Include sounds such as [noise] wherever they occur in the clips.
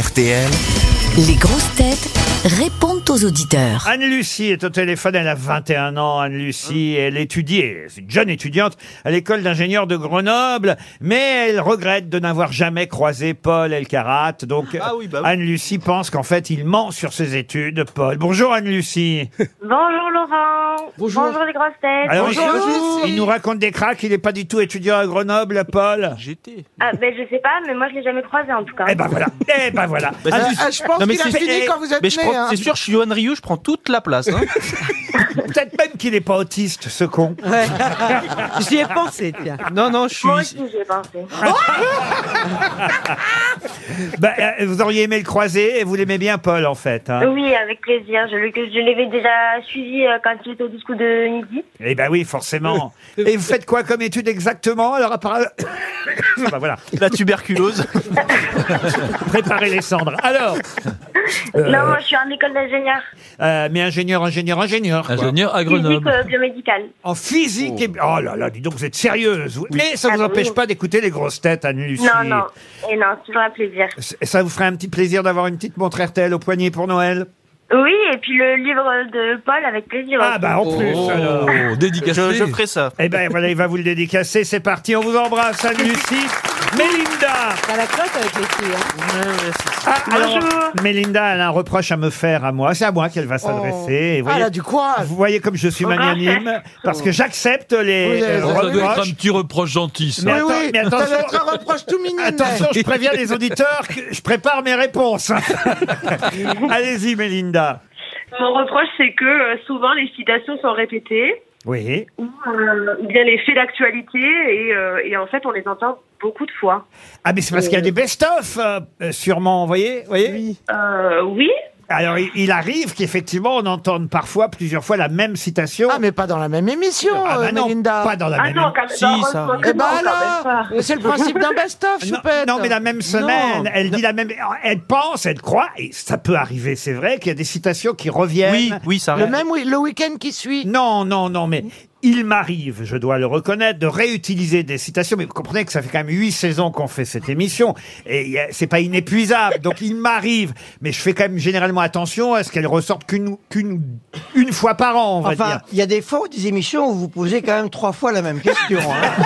RTL. Les grosses têtes répondent aux auditeurs. Anne-Lucie est au téléphone, elle a 21 ans, Anne-Lucie, Hein elle étudie, et c'est une jeune étudiante à l'école d'ingénieurs de Grenoble, mais elle regrette de n'avoir jamais croisé Paul Elkarat, donc Ah oui, bah oui. Anne-Lucie pense qu'en fait il ment sur ses études, Paul. Bonjour Anne-Lucie Bonjour Laurent. Bonjour. les grosses têtes. Alors, Bonjour. il, il nous raconte des cracks, il n'est pas du tout étudiant à Grenoble, Paul J'étais. Ah ben je sais pas, mais moi je l'ai jamais croisé en tout cas. Eh ben voilà, eh ben voilà Anne-Lucie- Ah, je pense Non, mais qu'il a c'est- eh, fini quand vous êtes Mais je né, prends, hein. c'est sûr, je suis Johan Ryu, je prends toute la place. Hein. Peut-être même qu'il n'est pas autiste, [laughs] ce con J'y ai pensé, tiens. non, non, je Moi suis. aussi j'y ai pensé. Bah, euh, Vous auriez aimé le croiser, et vous l'aimez bien, Paul, en fait hein. Euh, Oui, avec plaisir. Je, le- je l'avais déjà suivi euh, quand il était au discours de midi. Eh ben oui, forcément. [laughs] Et vous faites quoi comme étude exactement Alors, à [coughs] part... Bah, voilà, La [laughs] tuberculose. préparez les cendres. Alors, Non, moi je suis en école d'ingénieur. euh, mais ingénieur, ingénieur, ingénieur. quoi. Ingénieur à Physique Grenoble. euh, biomédicale. En physique et... Oh là là, dis donc, vous êtes sérieuse. vous. Mais ça Ah vous oui. empêche pas d'écouter les grosses têtes, Anne-Lucie. Non, non. Et non, c'est toujours un plaisir. C- Ça vous ferait un petit plaisir d'avoir une petite montre RTL au poignet pour Noël Oui, et puis le livre de Paul avec plaisir. Ah bah oh. en plus alors. Je, je ferai ça. Eh ben voilà, il va vous le dédicacer. C'est parti, on vous [laughs] embrasse, Anne-Lucie. Mélinda T'as la crotte avec les filles, hein. Ah, alors, Bonjour. Mélinda, elle a un reproche à me faire à moi. C'est à moi qu'elle va s'adresser. Et vous Ah, voyez- elle a du courage. Vous voyez comme je suis magnanime, parce que j'accepte les Oui, euh, ça doit Ça doit être un reproches. petit reproche gentil, ça. Mais Oui, attends- oui, mais ça attention- doit être un reproche tout mignon. Attention, je préviens les auditeurs que je prépare mes [laughs] réponses. Allez-y, Mélinda. Mon reproche, c'est que euh, souvent les citations sont répétées, Oui. ou euh, ou bien les faits d'actualité, et, euh, et en fait, on les entend beaucoup de fois. Ah, mais c'est parce qu'il y a des best-of, euh, euh, sûrement, vous voyez, vous voyez Euh, oui, Alors, il, il arrive qu'effectivement, on entende parfois, plusieurs fois, la même citation. Ah, mais pas dans la même émission, Ah, bah euh, non, Melinda. pas dans la ah même non, quand Si, non, ça. heureusement que Eh non, ben quand même pas. alors Mais c'est le principe d'un best-of, Ah, Non, choupette. non, mais la même semaine, Non. elle dit la même. Elle pense, elle croit, et ça peut arriver, c'est vrai, qu'il y a des citations qui reviennent. Oui, oui, ça Le arrive. même, oui, le week-end qui suit. Non, non, non, mais il m'arrive, je dois le reconnaître, de réutiliser des citations. Mais vous comprenez que ça fait quand même huit saisons qu'on fait cette émission, et il y a- c'est pas inépuisable. Donc il m'arrive, mais je fais quand même généralement attention à ce qu'elles ressortent qu'une qu'une une fois par an, on va Enfin, dire. il y a des fois des émissions où vous posez quand même trois fois la même question. hein.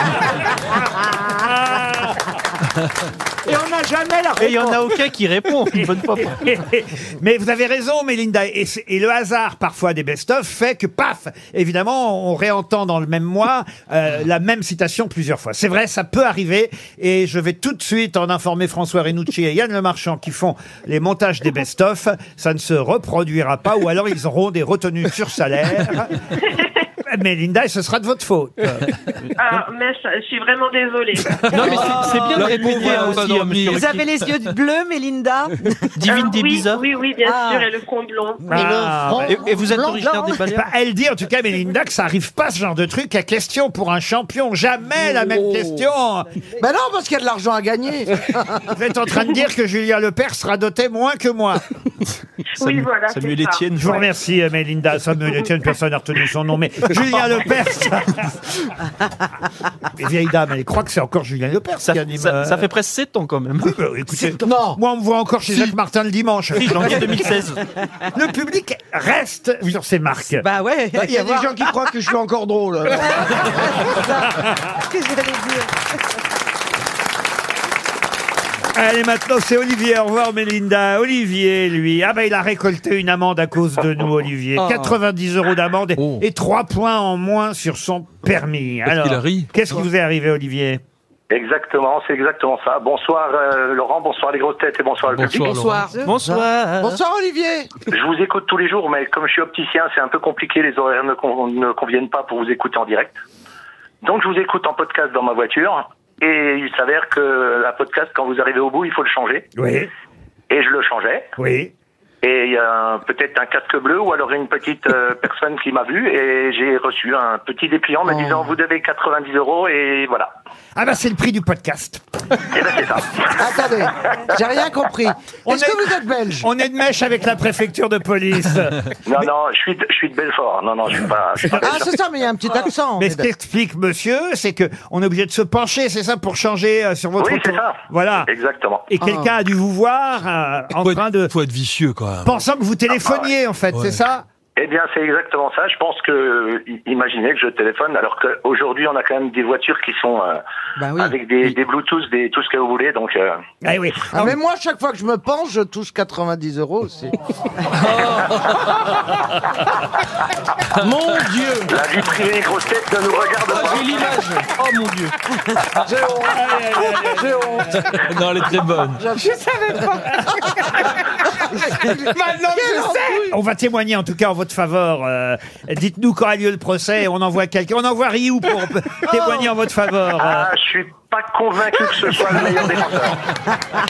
Et on n'a jamais la réponse. Et il y en a aucun qui répond. [laughs] Une bonne fois. pour- [laughs] Mais vous avez raison, Mélinda. Et, c'est- et le hasard, parfois, des best-of fait que, paf, évidemment, on réentend dans le même mois euh, la même citation plusieurs fois. C'est vrai, ça peut arriver. Et je vais tout de suite en informer François Renucci et Yann Le Marchand qui font les montages des best-of. Ça ne se reproduira pas, ou alors ils auront des retenues sur salaire. Mélinda, et ce sera de votre faute. Ah, mais je je suis vraiment désolée. Non, mais c'est- c'est bien de La répéter pauvre, hein, pas aussi, dormi. hein, monsieur Vous Ruquier. avez les yeux bleus, [laughs] Mélinda Divine Euh, des oui, bizarres. Oui, oui, bien Ah. sûr, et le front blanc. Ah, bah, Et, et vous êtes Blanc, originaire blanc. des Baléares Bah, elle dit en tout cas, Mélinda, que ça arrive pas ce genre de truc à question pour un champion. Jamais la même question. Ben non, parce qu'il y a de l'argent à gagner. Vous êtes en train de dire que Julien Lepers sera doté moins que moi. Oui, voilà, c'est Samuel ça. Etienne. Je vous remercie, euh, Mélinda. Samuel Etienne, personne n'a retenu son nom, mais Julien Lepers. [laughs] Les vieilles dames, elles croient que c'est encore Julien Lepers Ça, qui anime. ça- euh, ça fait presque 7 ans quand même. oui, bah, écoutez, Non. moi, on me voit encore chez Jacques Martin le dimanche. [laughs] Janvier 2016. Le public reste sur ses marques. Bah ouais. Il y a des gens qui croient que je suis encore drôle. Qu'est-ce que j'allais dire Allez, maintenant, c'est Olivier. Au revoir, Mélinda. Olivier, lui. Ah, ben, il a récolté une amende à cause de nous, Olivier. 90 euros d'amende et- Oh. et 3 points en moins sur son permis. qu'il a Alors, ri. qu'est-ce qui vous est arrivé, Olivier Exactement, c'est exactement ça. Bonsoir euh, Laurent, bonsoir les grosses têtes et bonsoir le public. Bonsoir, Laurent. Bonsoir. Bonsoir, Olivier. Je vous écoute tous les jours, mais comme je suis opticien, c'est un peu compliqué, les horaires ne, con- ne conviennent pas pour vous écouter en direct. Donc je vous écoute en podcast dans ma voiture, et il s'avère que la podcast, quand vous arrivez au bout, il faut le changer. Oui, Et je le changeais, oui. Et il y a un- peut-être un casque bleu ou alors une petite euh, [laughs] personne qui m'a vu et j'ai reçu un petit dépliant Oh. me disant vous devez 90 euros et voilà. Ah bah c'est le prix du podcast. Et ben c'est [laughs] ça. Attendez, j'ai rien compris. On Est-ce que vous êtes belge On est de mèche avec la préfecture de police. Non non, je suis de, je suis de Belfort. Non non, je suis pas. Je suis pas Ah, belge. c'est ça, mais il y a un petit accent. Mais ce qu'explique monsieur, c'est que on est obligé de se pencher, c'est ça, pour changer euh, sur votre Oui, c'est auto- ça. Voilà. Exactement. Et quelqu'un a dû vous voir euh, en faut, train être, de... faut être vicieux quand même. Pensant que vous téléphoniez, en fait, Ouais. c'est ça Eh bien, c'est exactement ça. Je pense que euh, i- imaginez que je téléphone, alors qu'aujourd'hui on a quand même des voitures qui sont euh, Bah oui. avec des, des Bluetooth, des tout ce que vous voulez. Donc euh, Ah oui. Ah, mais moi, chaque fois que je me penche, je touche 90 euros aussi. Mon Dieu la vie privée, grosse tête, ne nous regarde Ah, pas. J'ai l'image. Oh mon dieu. J'ai honte. J'ai honte. Non, elle est très bonne. Je savais pas. Maintenant, je sais. On va témoigner en tout cas en votre faveur. euh, Dites-nous quand a lieu le procès et on envoie quelqu'un. On envoie Riou pour témoigner en votre faveur. euh. Ah, je suis pas convaincu que ce soit le [laughs] meilleur défenseur.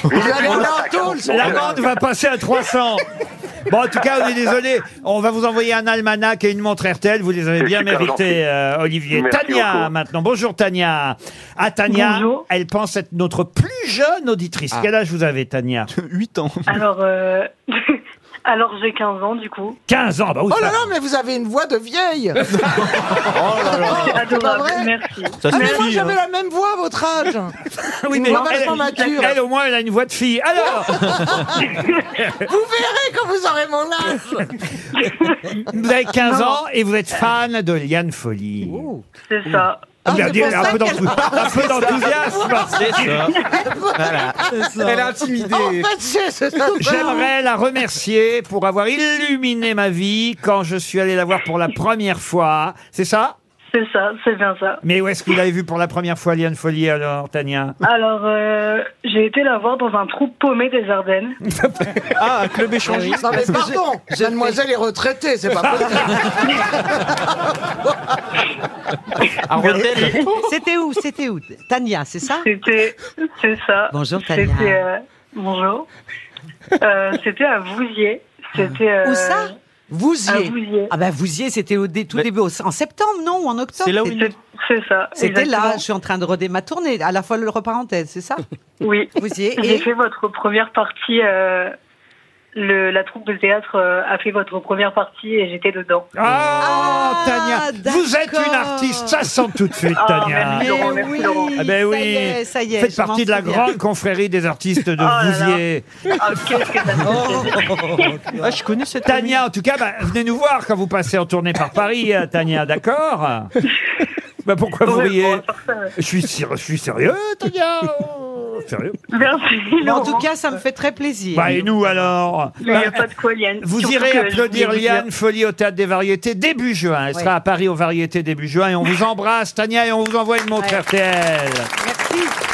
Vous allez aller en tôle, son La gars. bande va passer à 300. Bon, en tout cas, on est désolé. On va vous envoyer un almanach et une montre RTL. Vous les avez C'est bien super gentil. mérités, euh, Olivier. Merci Tania, beaucoup. maintenant. Bonjour, Tania. À Tania, Bonjour. elle pense être notre plus jeune auditrice. Quel âge vous avez, Tania 8 Ah, ans. Alors, euh, [laughs] alors j'ai 15 ans du coup. 15 ans. Bah, oui, Oh ça- là là, mais vous avez une voix de vieille. Ah, C'est adorable, vrai merci. Ça Ah, Mais moi, suffit. hein. j'avais la même voix à votre âge. Oui, Une mais voix elle- vachement mature. elle, au moins, elle a une voix de fille. Alors, Vous verrez quand vous aurez mon [laughs] âge. vous avez 15 ans et vous êtes fan de Liane Folly. C'est ça. Ah, Vous c'est avez pour un ça peu qu'elle- d'enthou- un peu d'enthousiasme. C'est [laughs] ça. Elle est intimidée. En fait, c'est c'est ça. J'aimerais la remercier pour avoir illuminé ma vie quand je suis allé la voir pour la première fois. C'est ça C'est ça, c'est bien ça. Mais où est-ce que vous l'avez vue pour la première fois, Liane Folie, alors, Tania Alors, euh, j'ai été la voir dans un trou paumé des Ardennes. Ah, un club échangiste. Non mais pardon, mademoiselle est retraitée, c'est pas possible. À Rotel. C'était où C'était où Tania, c'est ça C'était, c'est ça. Bonjour, Tania. C'était, euh, bonjour. Euh, c'était à Vouziers. C'était euh, Où ça Vous À y êtes. Vouziers. Ah ben Vouziers, c'était au dé- tout début, au- en septembre, non Ou en octobre C'est là où c'était- il- C'est, c'est ça. C'était là, exactement. je suis en train de redémarrer ma tournée, à la fois le reparenthèse, c'est ça Oui. [laughs] Vouziers J'ai et... fait votre première partie. euh, le, la troupe de théâtre euh, a fait votre première partie et j'étais dedans. Ah, Ah, Tania Vous êtes une d'accord. artiste, ça se sent tout de suite, Ah, Tania merci. Laurent, merci, Laurent. Ah ben oui. ça y est, ça y est. Vous faites je m'en partie de la souviens. grande confrérie des artistes de là là. Vouziers. Ah, qu'est-ce que ça me fait plaisir. Ah, je connais cette Tania, en tout cas, bah, venez nous voir quand vous passez en tournée par Paris, euh, Tania, [laughs] d'accord bah, Pourquoi vous Ouais, riez bon, à part ça, euh, je suis, sir- je suis sérieux, [laughs] Tania Oh, Sérieux [laughs] Merci. Mais en tout Laurent. cas, ça me fait très plaisir. Bah, et nous alors Mais il n'y a Bah, pas de quoi, Liane. Vous Surtout irez que je applaudir voulais vous dire- Liane Folie au Théâtre des Variétés début juin. Elle Ouais. sera à Paris aux Variétés début juin. Et on vous embrasse, Tania, et on vous envoie une montre Ouais. RTL. Merci.